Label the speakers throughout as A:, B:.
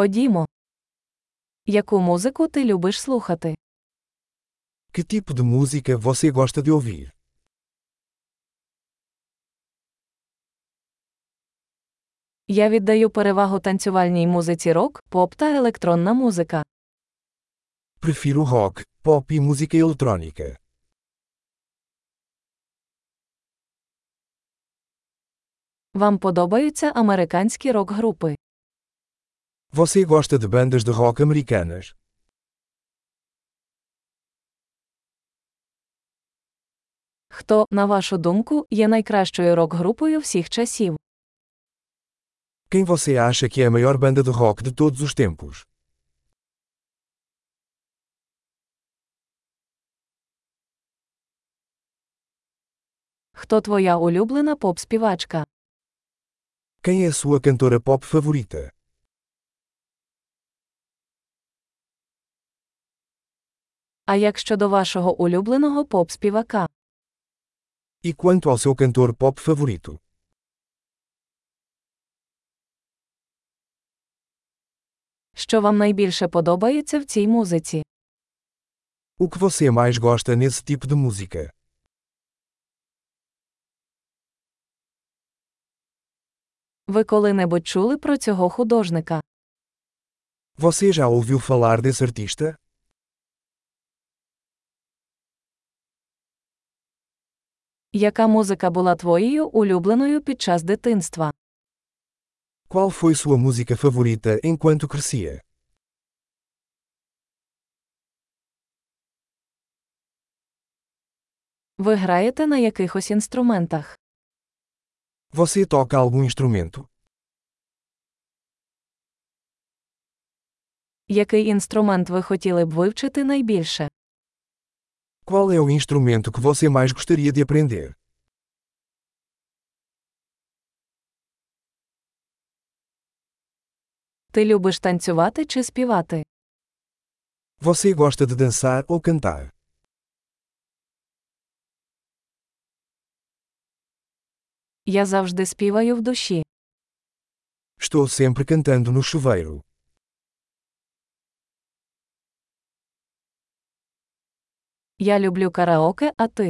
A: Ходімо. Яку музику ти любиш слухати?
B: Que tipo de música você gosta de ouvir?
A: Я віддаю перевагу танцювальній музиці рок, поп та електронна музика.
B: Prefiro rock, pop e música eletrônica.
A: Вам подобаються американські рок-групи.
B: Você gosta de bandas de rock americanas?
A: Хто, на вашу думку, є найкращою рок-групою всіх часів?
B: Quem você acha que é a maior banda de rock de todos os tempos?
A: Хто твоя улюблена поп-співачка?
B: Quem é a sua cantora pop favorita?
A: А як щодо вашого улюбленого поп-співака?
B: E quanto ao seu cantor pop favorito?
A: Що вам найбільше подобається в цій музиці?
B: O que você mais gosta nesse tipo de música?
A: Ви коли-небудь чули про цього художника?
B: Você já ouviu falar desse artista?
A: Яка музика була твоєю улюбленою під час дитинства?
B: Qual foi sua música favorita enquanto crescia?
A: Ви граєте на якихось інструментах?
B: Você toca algum instrumento?
A: Який інструмент ви хотіли б вивчити найбільше?
B: Qual é o instrumento que você mais gostaria de aprender?
A: Ти любиш танцювати чи співати?
B: Você gosta de dançar ou cantar?
A: Я завжди співаю в душі.
B: Estou sempre cantando no chuveiro.
A: Я люблю караоке, а ти?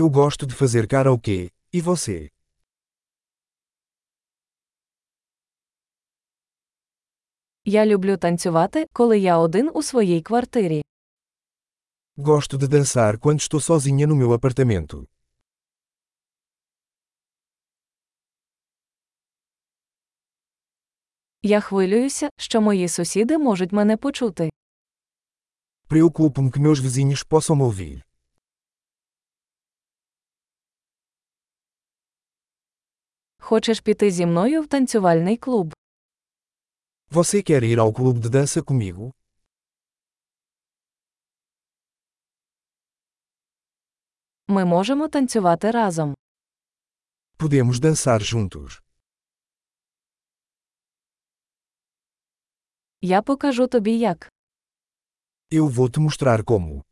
B: Eu gosto de fazer karaokê. E você?
A: Я люблю танцювати, коли я один у своїй квартирі.
B: Gosto de dançar quando estou sozinha no meu apartamento.
A: Я хвилююся, що мої сусіди можуть мене почути.
B: Preocupo-me que meus vizinhos possam me ouvir.
A: Хочеш піти зі мною в танцювальний клуб?
B: Você quer ir ao clube de dança comigo?
A: Ми можемо танцювати разом.
B: Podemos dançar juntos.
A: Я покажу тобі як.
B: Eu vou te mostrar como.